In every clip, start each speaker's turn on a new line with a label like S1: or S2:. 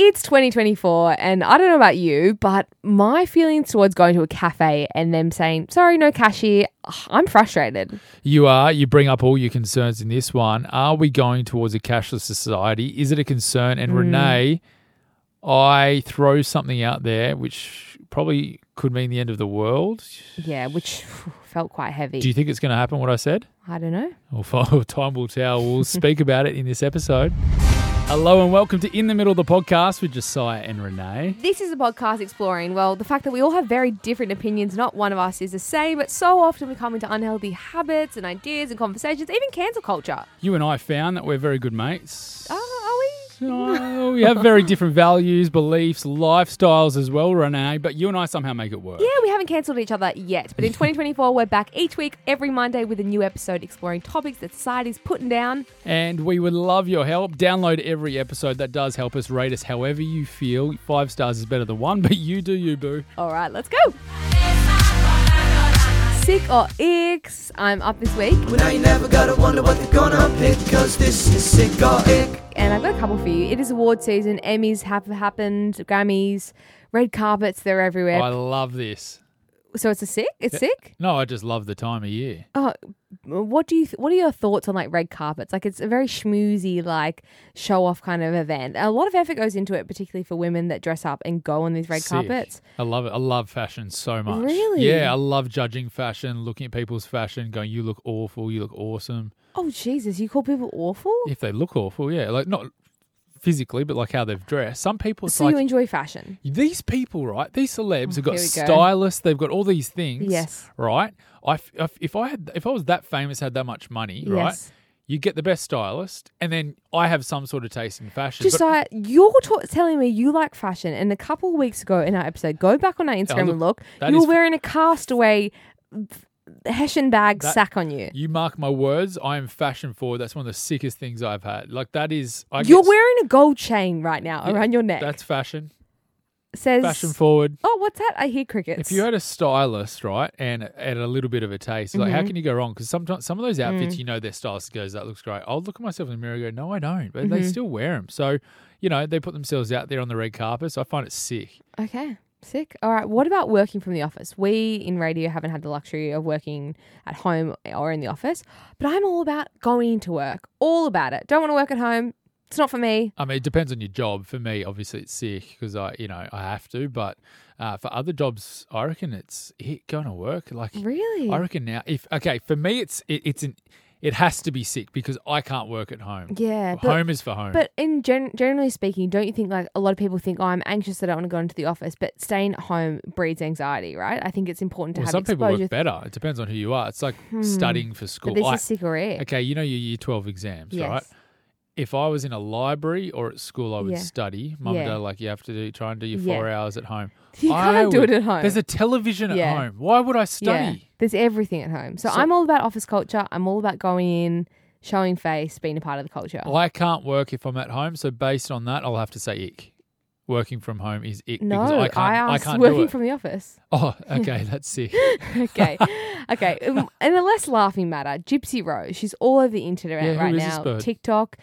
S1: It's 2024, and I don't know about you, but my feelings towards going to a cafe and them saying, sorry, no cash here, ugh, I'm frustrated.
S2: You are. You bring up all your concerns in this one. Are we going towards a cashless society? Is it a concern?
S1: Mm.
S2: And Renee, I throw something out there which probably could mean the end of the world.
S1: Yeah, which phew, felt quite heavy.
S2: Do you think it's going to happen? What I said?
S1: I don't know.
S2: Well, fi- time will tell. We'll speak about it in this episode. Hello and welcome to In the Middle of the Podcast with Josiah and Renee.
S1: This is a podcast exploring, well, the fact that we all have very different opinions. Not one of us is the same, but so often we come into unhealthy habits and ideas and conversations, even cancel culture.
S2: You and I found that we're very good mates.
S1: Oh, are we?
S2: No, we have very different values, beliefs, lifestyles as well, Renee, but you and I somehow make it work.
S1: Yeah, we haven't cancelled each other yet, but in 2024, we're back each week, every Monday, with a new episode exploring topics that society's putting down.
S2: And we would love your help. Download every episode. That does help us rate us however you feel. Five stars is better than one, but you do you, boo.
S1: All right, let's go. Sick or icks? I'm up this week,
S3: Well, now you never gotta wonder what they're gonna pick, cause this is sick or ick.
S1: and I've got a couple for you. It is award season. Emmys have happened, Grammys, red carpets, they're everywhere.
S2: Oh, I love this.
S1: so it's a sick? It's sick?
S2: No, I just love the time of year.
S1: Oh, what do you? Th- what are your thoughts on like red carpets? Like it's a very schmoozy, like show off kind of event. A lot of effort goes into it, particularly for women that dress up and go on these red
S2: Sick.
S1: carpets.
S2: I love it. I love fashion so much.
S1: Really?
S2: Yeah, I love judging fashion, looking at people's fashion, going, you look awful, you look awesome.
S1: Oh Jesus! You call people awful?
S2: If they look awful, yeah, like not physically, but like how they've dressed. Some people, it's
S1: so
S2: like,
S1: you enjoy fashion?
S2: these people, right? These celebs have got
S1: Oh, here we go.
S2: stylists. They've got all these things.
S1: Yes.
S2: Right. I f- I f- if I had if I was that famous, had that much money, right?
S1: Yes.
S2: You get the best stylist, and then I have some sort of taste in fashion. but-
S1: Josiah, you're ta- telling me you like fashion, and a couple of weeks ago in our episode, go back on our Instagram
S2: look,
S1: and look.
S2: that
S1: You were
S2: is-
S1: wearing a castaway f- Hessian bag
S2: That-
S1: sack on you.
S2: you mark my words. I am fashion forward. That's one of the sickest things I've had. Like that is. I
S1: You're
S2: get-
S1: wearing a gold chain right now around your neck.
S2: That's fashion.
S1: Says
S2: Fashion forward.
S1: Oh, what's that? I hear crickets.
S2: If you had a stylist, right, and and a little bit of a taste, like
S1: Mm-hmm.
S2: how can you go wrong? Because sometimes some of those outfits,
S1: Mm.
S2: you know, their stylist goes, "That looks great." I'll look at myself in the mirror, and go, "No, I don't," but
S1: Mm-hmm.
S2: they still wear them. So, you know, they put themselves out there on the red carpet. So I find it sick.
S1: Okay. Sick. All right. What about working from the office? We in radio haven't had the luxury of working at home or in the office, but I'm all about going to work. All about it. Don't want to work at home. It's not for me.
S2: I mean, it depends on your job. For me, obviously, it's sick because I, you know, I have to. But uh, for other jobs, I reckon it's it going to work. Like,
S1: Really?
S2: I reckon now, if okay, for me, it's it, it's an it has to be sick because I can't work at home.
S1: Yeah, but-
S2: home is for home.
S1: But in gen- generally speaking, don't you think like a lot of people think, oh, I'm anxious, I don't want to go into the office, but staying at home breeds anxiety, right? I think it's important to
S2: Well,
S1: have
S2: some people
S1: exposure. Hmm.
S2: work better. It depends on who you are. It's like studying for school.
S1: but this
S2: I-
S1: is sick or ick.
S2: okay, you know your year 12 exams,
S1: Yes.
S2: right? If I was in a library or at school, I would
S1: Yeah.
S2: study. Mum
S1: Yeah.
S2: and dad are like, you have to do, try and do your
S1: Yeah.
S2: four hours at home.
S1: You
S2: I
S1: can't do
S2: would-
S1: it at home.
S2: There's a television
S1: Yeah.
S2: at home. Why would I study?
S1: there's everything at home. So,
S2: So-
S1: I'm all about office culture. I'm all about going in, showing face, being a part of the culture.
S2: I can't work if I'm at home. So based on that, I'll have to say ick. Working from home is ick
S1: No,
S2: because I
S1: I,
S2: can't, I
S1: asked
S2: can't do
S1: working
S2: it.
S1: from the office.
S2: oh, okay, that's sick.
S1: Okay, okay. Um, and a less laughing matter, Gypsy Rose. She's all over the internet
S2: Yeah, who
S1: right
S2: is this
S1: now.
S2: bird?
S1: TikTok.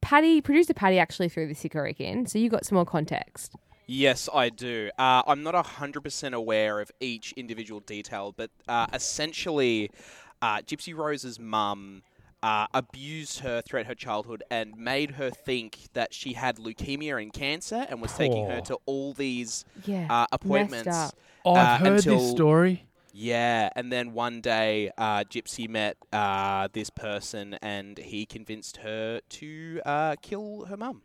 S1: Patty, producer Patty, actually threw the Sikarik in, so you got some more context.
S4: Yes, I do. Uh, I'm not 100% aware of each individual detail, but uh, essentially, uh, Gypsy Rose's mum uh, abused her throughout her childhood and made her think that she had leukemia and cancer and was taking her
S2: Poor.
S4: to all these
S1: Yeah,
S4: uh,
S1: messed
S4: appointments.
S1: up.
S2: Oh, I've
S4: uh,
S2: heard this
S4: until-
S2: story.
S4: Yeah, and then one day, uh, Gypsy met uh, this person and he convinced her to uh, kill her mum.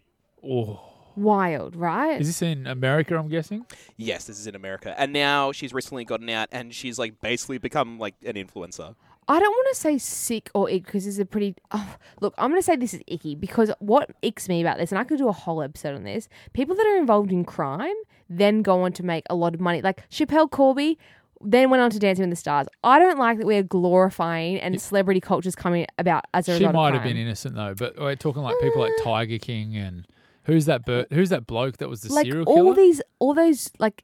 S2: Oh,
S1: Wild, right?
S2: is this in America? I'm guessing.
S4: Yes, this is in America. And now she's recently gotten out and she's like basically become like an influencer.
S1: I don't want to say sick or ick because this is a pretty. Oh, look, I'm going to say this is icky because what icks me about this, and I could do a whole episode on this people that are involved in crime then go on to make a lot of money. Like Chappelle Corby then went on to Dancing with the Stars. I don't like that we're glorifying and celebrity culture's coming about as a
S2: She
S1: result of
S2: might have been
S1: crime.
S2: innocent though, but we're talking like people like Tiger King and who's that? Bir- who's that bloke that was the
S1: like
S2: serial
S1: all
S2: killer?
S1: these all those like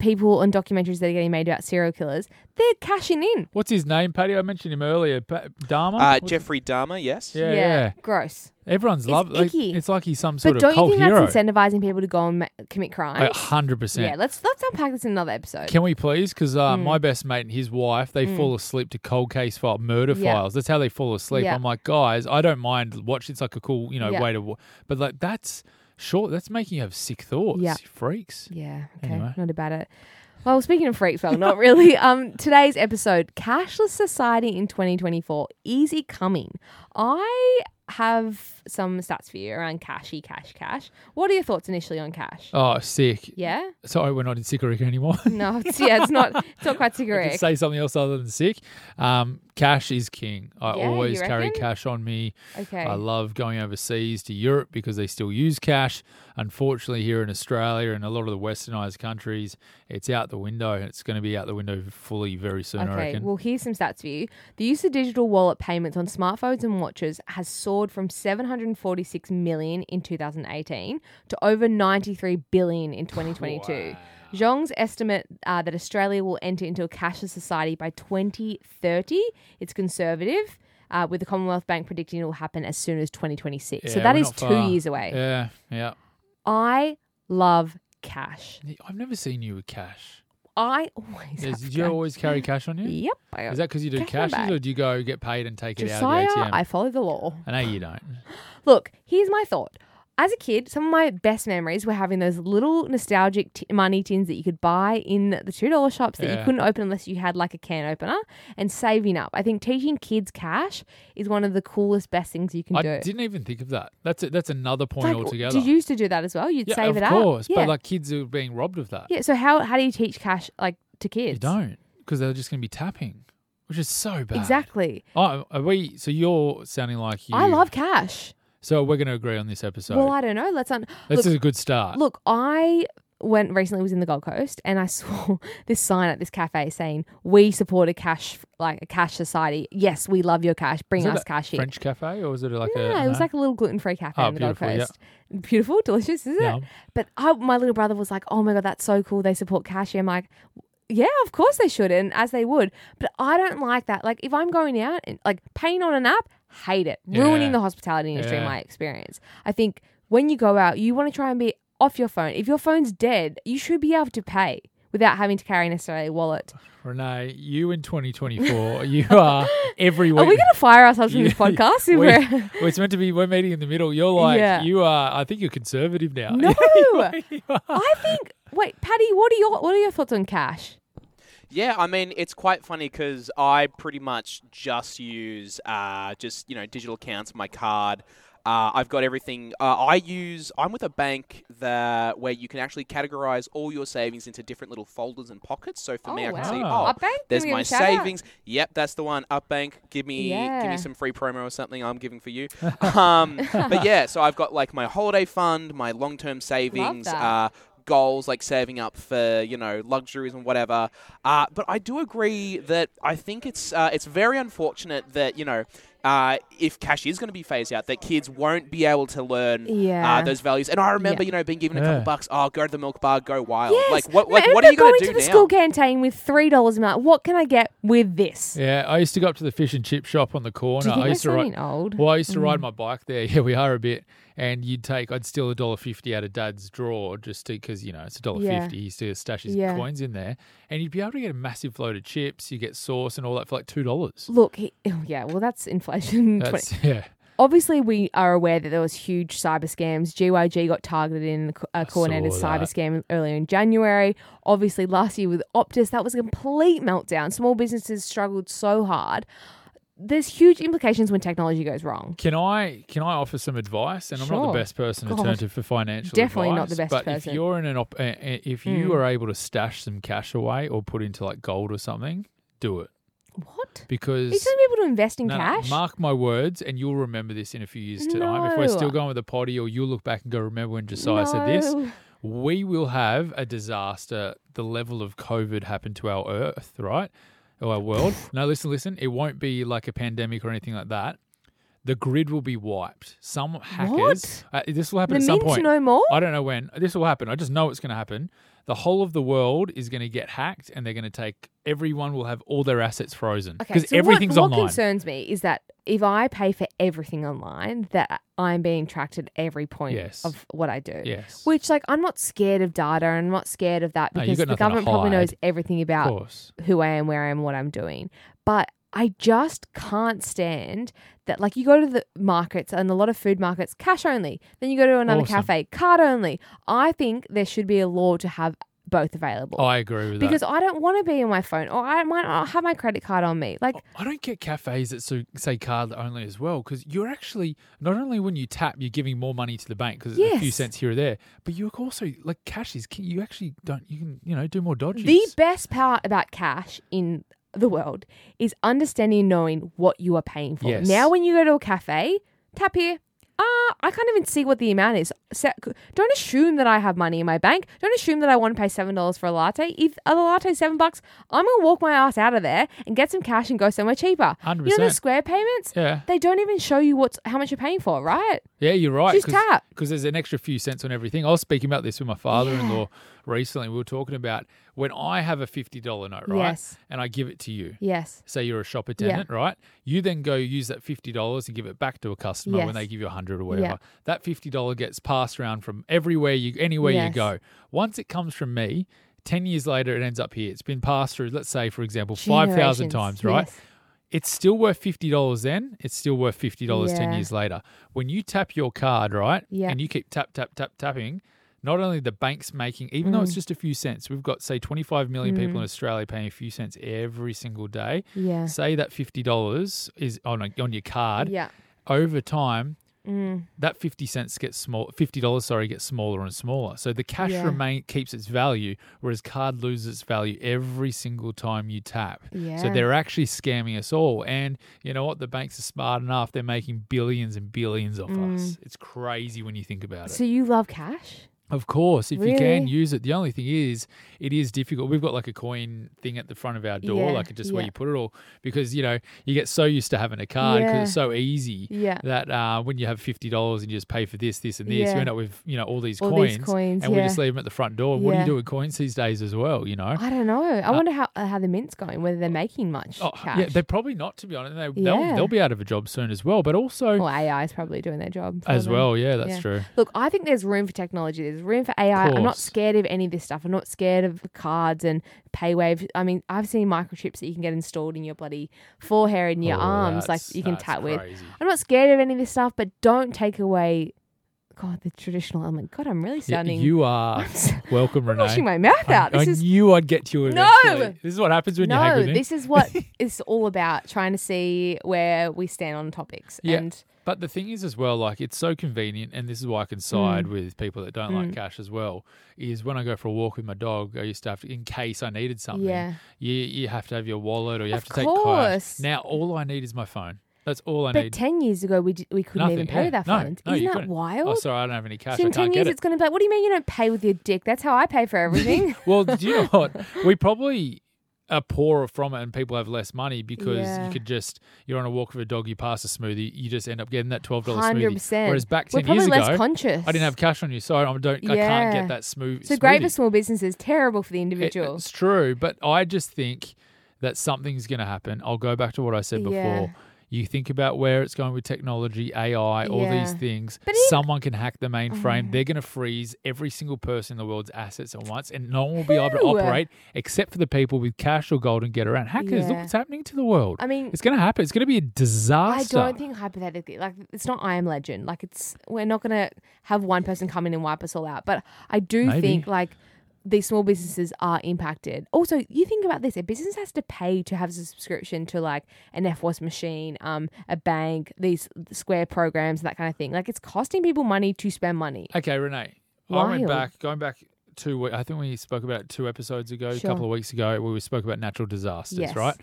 S1: people and documentaries that are getting made about serial killers, they're cashing in.
S2: What's his name, Paddy? I mentioned him earlier. Pa-
S1: Oh,
S2: Dharma?
S4: Uh,
S2: What's-
S4: Jeffrey Dahmer, yes.
S2: Yeah, yeah.
S1: Gross.
S2: Everyone's
S1: It's
S2: love. Like,
S1: icky.
S2: it's like he's some sort
S1: But
S2: of
S1: don't you
S2: cult
S1: think
S2: hero.
S1: that's incentivizing people to go and ma- commit crimes?
S2: Like, 100%.
S1: yeah, Mm. let's let's unpack this in another episode.
S2: Can we please? Because uh, my best mate and his wife, they fall asleep to cold case file murder
S1: Mm. Yeah.
S2: files. That's how they fall asleep.
S1: Yeah.
S2: I'm like, guys, I don't mind watching. It's like a cool, you know,
S1: Yeah.
S2: way to. wa- But like, that's short. That's making you have sick thoughts.
S1: Yeah.
S2: you freaks.
S1: Yeah, okay,
S2: Anyway.
S1: not about it. Well, speaking of freaks, well, not really. Um, today's episode, cashless society in 2024, easy coming. I have some stats for you around cashy, cash, cash. What are your thoughts initially on cash?
S2: Oh, sick.
S1: Yeah,
S2: Sorry, we're not in sick Rica anymore.
S1: no, it's, yeah, it's not, it's not quite
S2: I could
S1: cigarette.
S2: say something else other than sick. Um, cash is king. I
S1: Yeah,
S2: always
S1: you
S2: carry
S1: reckon?
S2: cash on me.
S1: Okay,
S2: I love going overseas to Europe because they still use cash. Unfortunately, here in Australia and a lot of the westernized countries, it's out the window and it's going to be out the window fully very soon, I
S1: Okay,
S2: reckon.
S1: well, here's some stats for you. The use of digital wallet payments on smartphones and watches has soared from 746 million in 2018 to over 93 billion in 2022. Zhong's estimate uh, that Australia will enter into a cashless society by 2030. It's conservative, uh, with the Commonwealth Bank predicting it will happen as soon as 2026. so
S2: Yeah,
S1: that
S2: we're
S1: is
S2: not
S1: two
S2: far.
S1: years away.
S2: Yeah, yeah.
S1: I love cash.
S2: I've never seen you with cash.
S1: I always
S2: Is,
S1: have
S2: do you
S1: cash.
S2: always carry cash on you?
S1: Yep. I
S2: Is that because you do
S1: Cash in
S2: cashes
S1: bag.
S2: or do you go get paid and take it
S1: Josiah,
S2: out of the ATM?
S1: I follow the law.
S2: I know you don't.
S1: Look, here's my thought. As a kid, some of my best memories were having those little nostalgic t- money tins that you could buy in the $2 shops that
S2: Yeah.
S1: you couldn't open unless you had like a can opener and saving up. I think teaching kids cash is one of the coolest, best things you can
S2: I
S1: do.
S2: didn't even think of that. That's a, that's another point
S1: Like,
S2: altogether.
S1: Did you used to do that as well? You'd
S2: yeah,
S1: save
S2: of
S1: it up.
S2: course.
S1: yeah.
S2: But like kids are being robbed of that.
S1: yeah. So how, how do you teach cash like to kids?
S2: You don't because they're just going to be tapping, which is so bad.
S1: Exactly.
S2: Oh, are we? So you're sounding like you.
S1: I love cash.
S2: So we're going to agree on this episode.
S1: well, I don't know. Let's un-
S2: this
S1: look,
S2: is a good start.
S1: Look, I went recently was in the Gold Coast and I saw this sign at this cafe saying, "We support a cash like a cash society. Yes, we love your cash. Bring
S2: Is it
S1: us
S2: that
S1: cash here."
S2: French cafe, or was it like
S1: no,
S2: a?
S1: it was like a little gluten-free cafe
S2: Oh,
S1: on the Gold
S2: beautiful, yeah.
S1: Coast. Beautiful, delicious, isn't
S2: Yum.
S1: it? But I, my little brother was like, "Oh my god, that's so cool! They support cash." here." I'm like, "Yeah, of course they should, and as they would." But I don't like that. Like, if I'm going out and like paying on an app, hate it, ruining
S2: Yeah.
S1: the hospitality industry. In
S2: Yeah.
S1: my experience, I think when you go out, you want to try and be off your phone. If your phone's dead, you should be able to pay without having to carry necessarily a wallet.
S2: Renee, you in 2024, you are every week.
S1: Are Oh, we going to fire ourselves from
S2: you-
S1: this podcast? If
S2: we-
S1: we're-
S2: well, it's meant to be. We're meeting in the middle. You're like
S1: Yeah.
S2: you are. I think you're conservative now.
S1: no, I think. Wait, Patty, what are your what are your thoughts on cash?
S4: Yeah, I mean, it's quite funny because I pretty much just use uh, just you know digital accounts, my card. Uh, I've got everything. Uh, I use. I'm with a bank that where you can actually categorize all your savings into different little folders and pockets. So for me,
S1: Oh,
S4: I can
S1: wow.
S4: see,
S2: Ah.
S4: oh,
S1: Up bank,
S4: there's
S1: give me a
S4: my
S1: shout out.
S4: savings. Yep, that's the one. Up bank, give me give
S1: Yeah.
S4: me some free promo or something. I'm giving for you. um, but yeah, so I've got like my holiday fund, my long term savings.
S1: that.
S4: Uh, goals like saving up for you know luxuries and whatever uh, but i do agree that i think it's uh, it's very unfortunate that you know uh, if cash is going to be phased out that kids won't be able to learn
S1: Yeah.
S4: uh, those values and i remember
S1: Yeah.
S4: you know being given a
S2: Yeah.
S4: couple bucks oh go to the milk bar go wild
S1: Yes.
S4: like what
S1: No,
S4: like,
S1: I
S4: what are you
S1: remember
S4: going
S1: going
S4: do
S1: to the
S4: now
S1: school canteen with three dollars a month? What can I get with this?
S2: Yeah, I used to go up to the fish and chip shop on the corner.
S1: Do you think
S2: I used
S1: we're
S2: to
S1: sounding old?
S2: Well, I used to ride
S1: Mm.
S2: my bike there. Yeah, we are a bit. And you'd take, I'd steal a dollar fifty out of Dad's drawer just because you know it's a dollar
S1: Yeah.
S2: fifty. He used to stash his
S1: Yeah.
S2: coins in there, and you'd be able to get a massive load of chips. You get sauce and all that for like two dollars.
S1: Look, he, oh, yeah, well, that's inflation. 20.
S2: That's yeah.
S1: Obviously, we are aware that there was huge cyber scams. GYG got targeted in the co- a coordinated
S2: saw
S1: cyber
S2: that.
S1: scam earlier in January. Obviously, last year with Optus, that was a complete meltdown. Small businesses struggled so hard. There's huge implications when technology goes wrong.
S2: Can I can I offer some advice? And I'm not
S1: Sure.
S2: the best person to
S1: God.
S2: turn to for financial
S1: Definitely not the
S2: advice,
S1: best
S2: but
S1: person. Hmm.
S2: if you're in an op- uh, uh, if you are able to stash some cash away or put into like gold or something, do it
S1: What? Are you
S2: because
S1: telling people to invest in
S2: No, no,
S1: cash?
S2: mark my words, and you'll remember this in a few years' time. If
S1: No.
S2: we're still going with the potty, or you'll look back and go, remember when Josiah said this,
S1: No.
S2: we will have a disaster. The level of COVID happened to our earth, right? Or our world. no, listen, listen. It won't be like a pandemic or anything like that. the grid will be wiped. Some hackers. Uh, this will happen
S1: The
S2: at some
S1: means
S2: point.
S1: no more?
S2: I don't know when. This will happen. I just know it's going to happen. The whole of the world is going to get hacked, and they're going to take. Everyone will have all their assets frozen
S1: Okay,
S2: because
S1: so
S2: everything's
S1: what, what
S2: online.
S1: concerns me is that if I pay for everything online, that I'm being tracked at every point
S2: Yes.
S1: of what I do.
S2: Yes.
S1: Which, like, I'm not scared of data and I'm not scared of that
S2: No, you've
S1: because the
S2: got nothing to
S1: government probably
S2: hide.
S1: knows everything
S2: of
S1: about
S2: course.
S1: who I am, where I am, what I'm doing. But I just can't stand that. Like, you go to the markets and a lot of food markets, cash only. Then you go to another
S2: Awesome.
S1: cafe, card only. I think there should be a law to have both available.
S2: Oh, I agree with
S1: because
S2: that.
S1: I don't want to be on my phone, or I might not have my credit card on me. Like,
S2: Oh, I don't get cafes that so- say card only as well because you're actually not only when you tap you're giving more money to the bank because it's a few
S1: Yes.
S2: cents here or there, but you're also like cash is king. You actually don't you can you know do more dodges.
S1: The best part about cash in the world is understanding and knowing what you are paying for.
S2: Yes.
S1: Now, when you go to a cafe, tap here. Ah, I can't even see what the amount is. So, don't assume that I have money in my bank. Don't assume that I want to pay seven dollars for a latte. If a latte's seven bucks, I'm gonna walk my ass out of there and get some cash and go somewhere cheaper. You know the
S2: 100%.
S1: Square payments?
S2: yeah.
S1: They don't even show you what's how much you're paying for, right?
S2: Yeah, you're right.
S1: Just tap.
S2: Because there's an extra few cents on everything. I was speaking about this with my father-in-law recently. We were talking about when I have a fifty dollar note, right?
S1: Yes.
S2: And I give it to you.
S1: Yes.
S2: Say you're a shop attendant, right? You then go use that fifty dollars and give it back to a customer
S1: Yes.
S2: when they give you a hundred or whatever. That fifty dollar gets passed around from everywhere you anywhere
S1: Yes.
S2: you go. Once it comes from me, ten years later it ends up here. It's been passed through, let's say, for example, five thousand
S1: Generations.
S2: times, right?
S1: Yes.
S2: it's still worth fifty dollars then. It's still worth fifty dollars ten
S1: Yeah.
S2: years later. When you tap your card, right?
S1: Yeah.
S2: And you keep tap tap tap tapping. Not only the bank's making, even though
S1: Mm.
S2: it's just a few cents, we've got say twenty five million people in Australia paying a few cents every single day.
S1: Yeah.
S2: Say that fifty dollars is on a, on your card.
S1: Yeah. Mm.
S2: Over time, that fifty cents gets small. Fifty dollars, sorry, gets smaller and smaller. So the cash
S1: Yeah.
S2: remain keeps its value, whereas card loses its value every single time you tap. So
S1: Yeah.
S2: they're actually scamming us all. And you know what? The banks are smart enough. They're making billions and billions off
S1: Mm.
S2: us. It's crazy when you think about it.
S1: So you love cash?
S2: Of course, if you can
S1: Really?
S2: use it. The only thing is, it is difficult. We've got like a coin thing at the front of our door,
S1: Yeah,
S2: like just where
S1: yeah.
S2: you put it all, because you know you get so used to having a card because
S1: Yeah.
S2: it's so easy
S1: Yeah.
S2: that uh, when you have fifty dollars and you just pay for this, this, and this,
S1: Yeah.
S2: you end up with you know all these
S1: All
S2: coins,
S1: these coins,
S2: and we
S1: yeah.
S2: just leave them at the front door. What do you
S1: Yeah.
S2: do with coins these days as well? You know,
S1: I don't know. I wonder how uh, how the mint's going. Whether they're making much
S2: Oh,
S1: cash.
S2: Yeah, they're probably not to be honest. They, they'll,
S1: Yeah.
S2: they'll be out of a job soon as well. But also
S1: well, AI is probably doing their job for
S2: as
S1: them.
S2: well, yeah, that's
S1: Yeah.
S2: true.
S1: Look, I think there's room for technology. There's room for AI. I'm not
S2: course.
S1: scared of any of this stuff. I'm not scared of cards and paywaves. I mean, I've seen microchips that you can get installed in your bloody forehead and your
S2: Oh,
S1: arms, like
S2: that's-
S1: you can
S2: that's
S1: tap with.
S2: crazy.
S1: I'm not scared of any of this stuff, but don't take away, God, the traditional element. God, I'm really
S2: Yeah,
S1: sounding.
S2: you are welcome,
S1: I'm
S2: Renee.
S1: washing my mouth
S2: I,
S1: out.
S2: I
S1: This is
S2: knew I'd get to you
S1: No!
S2: eventually. This is what happens when you hang
S1: no.
S2: with me.
S1: This is what it's all about. Trying to see where we stand on topics.
S2: Yeah.
S1: And
S2: But the thing is, as well, like it's so convenient, and this is why I can side
S1: Mm.
S2: with people that don't like cash as well. Is when I go for a walk with my dog, I used to have to, in case I needed something,
S1: Yeah.
S2: you you have to have your wallet or you have
S1: Of
S2: to
S1: course.
S2: take cash. Now all I need is my phone. That's all I
S1: But
S2: need.
S1: ten years ago, we d- we couldn't even pay
S2: yeah.
S1: that
S2: No,
S1: fund.
S2: no,
S1: Isn't
S2: you
S1: that
S2: couldn't.
S1: wild?
S2: Oh, sorry, I don't have any cash.
S1: so
S2: I
S1: in ten
S2: can't get
S1: years,
S2: it.
S1: it's going to be like, what do you mean you don't pay with your dick? That's how I pay for everything.
S2: Well, do you know what? We probably are poorer from it, and people have less money because
S1: Yeah.
S2: you could just you're on a walk with a dog, you pass a smoothie, you just end up getting that twelve dollars
S1: Hundred
S2: smoothie.
S1: percent.
S2: Whereas back
S1: we're
S2: ten
S1: probably
S2: years
S1: less
S2: ago,
S1: conscious.
S2: I didn't have cash on you, so I don't. I can't
S1: Yeah.
S2: get that smooth.
S1: So great
S2: smoothie.
S1: for small businesses, terrible for the
S2: It-
S1: individual.
S2: It's true, but I just think that something's going to happen. I'll go back to what I said before.
S1: Yeah.
S2: You think about where it's going with technology, AI, all these
S1: Yeah.
S2: things.
S1: But even- Oh.
S2: Someone can hack the mainframe. They're going to freeze every single person in the world's assets at once, and no one will be able to
S1: Who?
S2: operate except for the people with cash or gold and get around. Hackers, look
S1: Yeah.
S2: what's happening to the world.
S1: I mean-
S2: it's going to happen. It's going to be a
S1: I
S2: disaster.
S1: don't think hypothetically, like it's not I am Legend. Like it's we're not going to have one person come in and wipe us all out. But I do
S2: Maybe.
S1: think like these small businesses are impacted. Also, you think about this: a business has to pay to have a subscription to like an FWAS machine, um, a bank, these Square programs, that kind of thing. Like it's costing people money to spend money.
S2: Okay, Renee. I went
S1: Wild.
S2: back, going back two. we- I think we spoke about it two episodes ago, a
S1: Sure.
S2: couple of weeks ago, where we spoke about natural disasters.
S1: Yes.
S2: Right.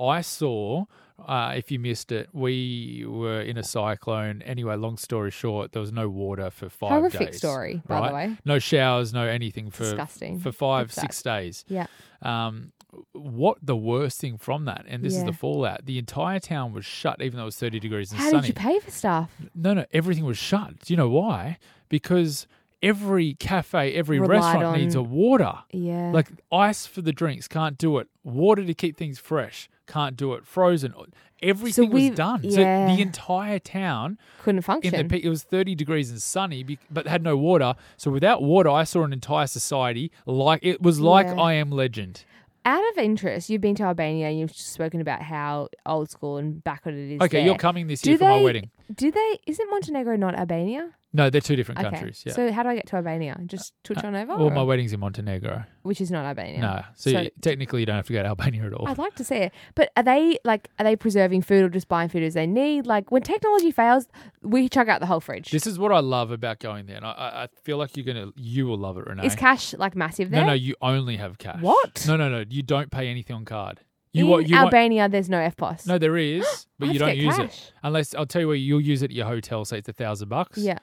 S2: I saw. Uh, if you missed it, we were in a cyclone. Anyway, long story short, there was no water for five
S1: Horrific
S2: days.
S1: story, by the
S2: right?
S1: way.
S2: No showers, no anything for
S1: Disgusting.
S2: for five,
S1: That's sad.
S2: six days.
S1: Yeah.
S2: Um, what the worst thing from that? And this is
S1: Yeah.
S2: the fallout. The entire town was shut, even though it was 30 degrees and
S1: How
S2: sunny.
S1: did you pay for stuff?
S2: No, no, everything was shut. Do you know why? Because every cafe, every
S1: Relied
S2: restaurant needs a
S1: on-
S2: water.
S1: Yeah.
S2: Like ice for the drinks, can't do it. Water to keep things fresh, can't do it. Frozen, everything was
S1: we've-
S2: done. So
S1: yeah.
S2: the entire town
S1: couldn't
S2: in
S1: function.
S2: the peak, it was 30 degrees and sunny, be- but had no water. So without water, I saw an entire society like it was like
S1: Yeah.
S2: I Am Legend.
S1: Out of interest, you've been to Albania and you've spoken about how old school and backward it is.
S2: Okay, you're
S1: there.
S2: coming this
S1: Do
S2: year for my
S1: they-
S2: wedding.
S1: Do they? Isn't Montenegro not Albania?
S2: No, they're two different countries. Yeah.
S1: So how do I get to Albania? Just twitch on over,
S2: well, my
S1: or-
S2: wedding's in Montenegro.
S1: which is not Albania.
S2: No, so,
S1: So-
S2: you- technically you don't have to go to Albania at all.
S1: I'd like to see it, but are they like are they preserving food or just buying food as they need? Like when technology fails, we chuck out the whole fridge.
S2: This is what I love about going there, and I- I, I feel like you're gonna you will love it, Renee.
S1: is cash like massive there?
S2: No, no, you only have cash.
S1: What?
S2: No, no, no. You don't pay anything on card. You
S1: In
S2: what? You won't-
S1: Albania, there's no FPOS.
S2: No, there is, but
S1: I
S2: you
S1: have
S2: don't
S1: to get
S2: use it
S1: cash.
S2: unless I'll tell you where you'll use it at your hotel. Say it's a thousand bucks.
S1: Yeah.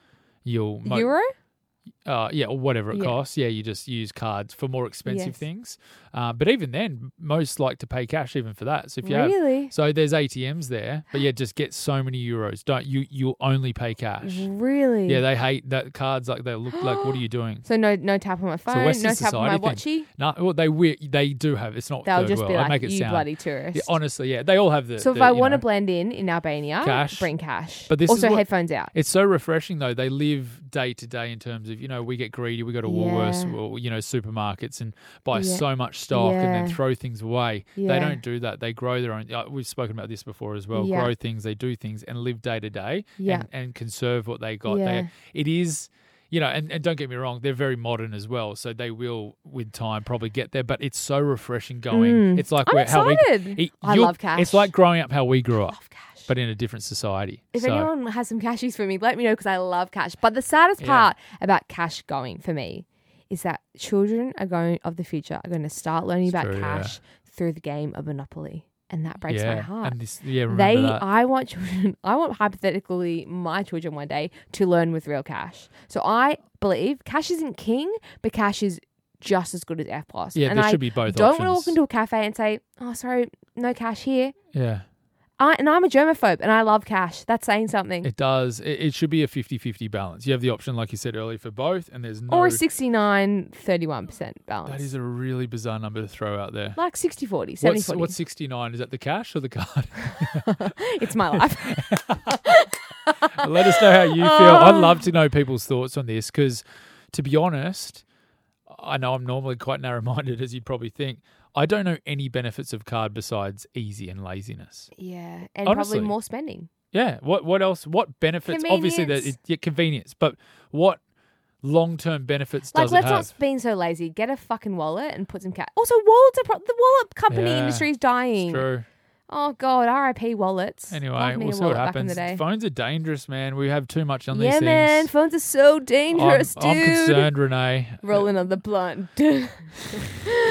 S2: You'll mo-
S1: Euro?
S2: uh, yeah, or whatever it
S1: Yeah.
S2: costs. Yeah, you just use cards for more expensive
S1: Yes.
S2: things. Uh, but even then, most like to pay cash even for that. So if you have.
S1: Really?
S2: So there's ATMs there, but yeah, just get so many euros. Don't you? You'll only pay cash.
S1: Really?
S2: Yeah, they hate that cards. Like they look like, what are you doing?
S1: so no no tap on my phone, no
S2: Western
S1: tap on my
S2: society
S1: watchy.
S2: No, well, they we, they do have. It's not
S1: They'll
S2: third
S1: just
S2: world.
S1: be
S2: I
S1: like,
S2: make it
S1: you
S2: sound
S1: bloody tourist.
S2: Yeah, honestly, yeah, they all have the.
S1: so if
S2: the,
S1: I
S2: you
S1: want to
S2: know-
S1: blend in in Albania,
S2: Cash.
S1: bring cash.
S2: But this is
S1: also
S2: what-
S1: headphones out.
S2: It's so refreshing though. They live day to day in terms of you know we get greedy. We go to Woolworths
S1: Yeah.
S2: or you know supermarkets and buy
S1: Yeah.
S2: so much stock and then
S1: Yeah.
S2: throw things away. They
S1: Yeah.
S2: don't do that. They grow their own. uh, We've spoken about this before as well.
S1: Yeah.
S2: Grow things. They do things and live day to day.
S1: Yeah.
S2: And, and conserve what they got.
S1: Yeah.
S2: They, it is. You know, and, and don't get me wrong, they're very modern as well, so they will, with time, probably get there. But it's so refreshing going.
S1: Mm.
S2: It's like
S1: I'm
S2: we're, how we
S1: excited.
S2: it-
S1: I
S2: you'll-
S1: love cash.
S2: It's like growing up how we grew up,
S1: Love cash.
S2: but in a different society.
S1: If
S2: so,
S1: anyone has some cashies for me, let me know because I love cash. But the saddest
S2: Yeah.
S1: part about cash going for me is that children are going of the future are going to start learning
S2: It's
S1: about
S2: true, yeah.
S1: cash through the game of Monopoly, and that breaks
S2: yeah,
S1: my heart.
S2: And this, yeah, remember
S1: They,
S2: that.
S1: I want children. I want hypothetically my children one day to learn with real cash. So I believe cash isn't king, but cash is just as good as FPOS.
S2: yeah,
S1: and
S2: there
S1: I
S2: should be both
S1: don't
S2: options.
S1: want to walk into a cafe and say, "Oh, sorry, no cash here."
S2: yeah,
S1: I, and I'm a germaphobe, and I love cash. That's saying something.
S2: it does. It, it should be a 50-50 balance. You have the option, like you said earlier, for both, and there's no.
S1: or a 69 31% balance.
S2: that is a really bizarre number to throw out there.
S1: like 60 40, 70
S2: What's, what's 69? Is that the cash or the card?
S1: It's my life.
S2: Let us know how you feel.
S1: Oh.
S2: I'd love to know people's thoughts on this because, to be honest, I know I'm normally quite narrow minded, as you'd probably think. I don't know any benefits of card besides easy and laziness.
S1: yeah. And
S2: Honestly.
S1: probably more spending.
S2: Yeah. What what else? What benefits? Obviously, that it,
S1: Convenience.
S2: yeah, convenience, but what long term benefits
S1: Like,
S2: does
S1: let's
S2: it have?
S1: not be so lazy. Get a fucking wallet and put some cash. Also, wallets are pro- the wallet company
S2: Yeah,
S1: industry is
S2: It's
S1: dying.
S2: true.
S1: Oh, God. RIP wallets.
S2: Anyway,
S1: Love me
S2: we'll
S1: a
S2: see what
S1: wallet Back in
S2: happens.
S1: the day.
S2: Phones are dangerous, man. We have too much on
S1: yeah,
S2: these
S1: man.
S2: things.
S1: Phones are so
S2: I'm-
S1: dangerous,
S2: I'm,
S1: dude.
S2: concerned, Renee.
S1: Rolling on the blunt.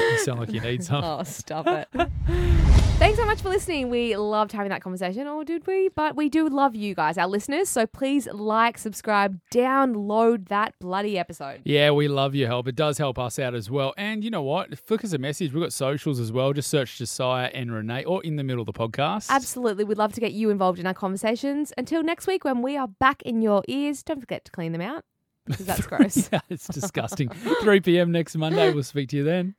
S2: You sound like you need some.
S1: Oh, stop it. Thanks so much for listening. We loved having that conversation, or did we? But we do love you guys, our listeners. So please like, subscribe, download that bloody episode.
S2: Yeah, we love your help. It does help us out as well. And you know what? Flick us a message. We've got socials as well. Just search Josiah and Renee or in the middle of the podcast.
S1: Absolutely. We'd love to get you involved in our conversations. Until next week, when we are back in your ears, don't forget to clean them out because that's gross.
S2: Yeah, it's disgusting. 3 p.m. next Monday. We'll speak to you then.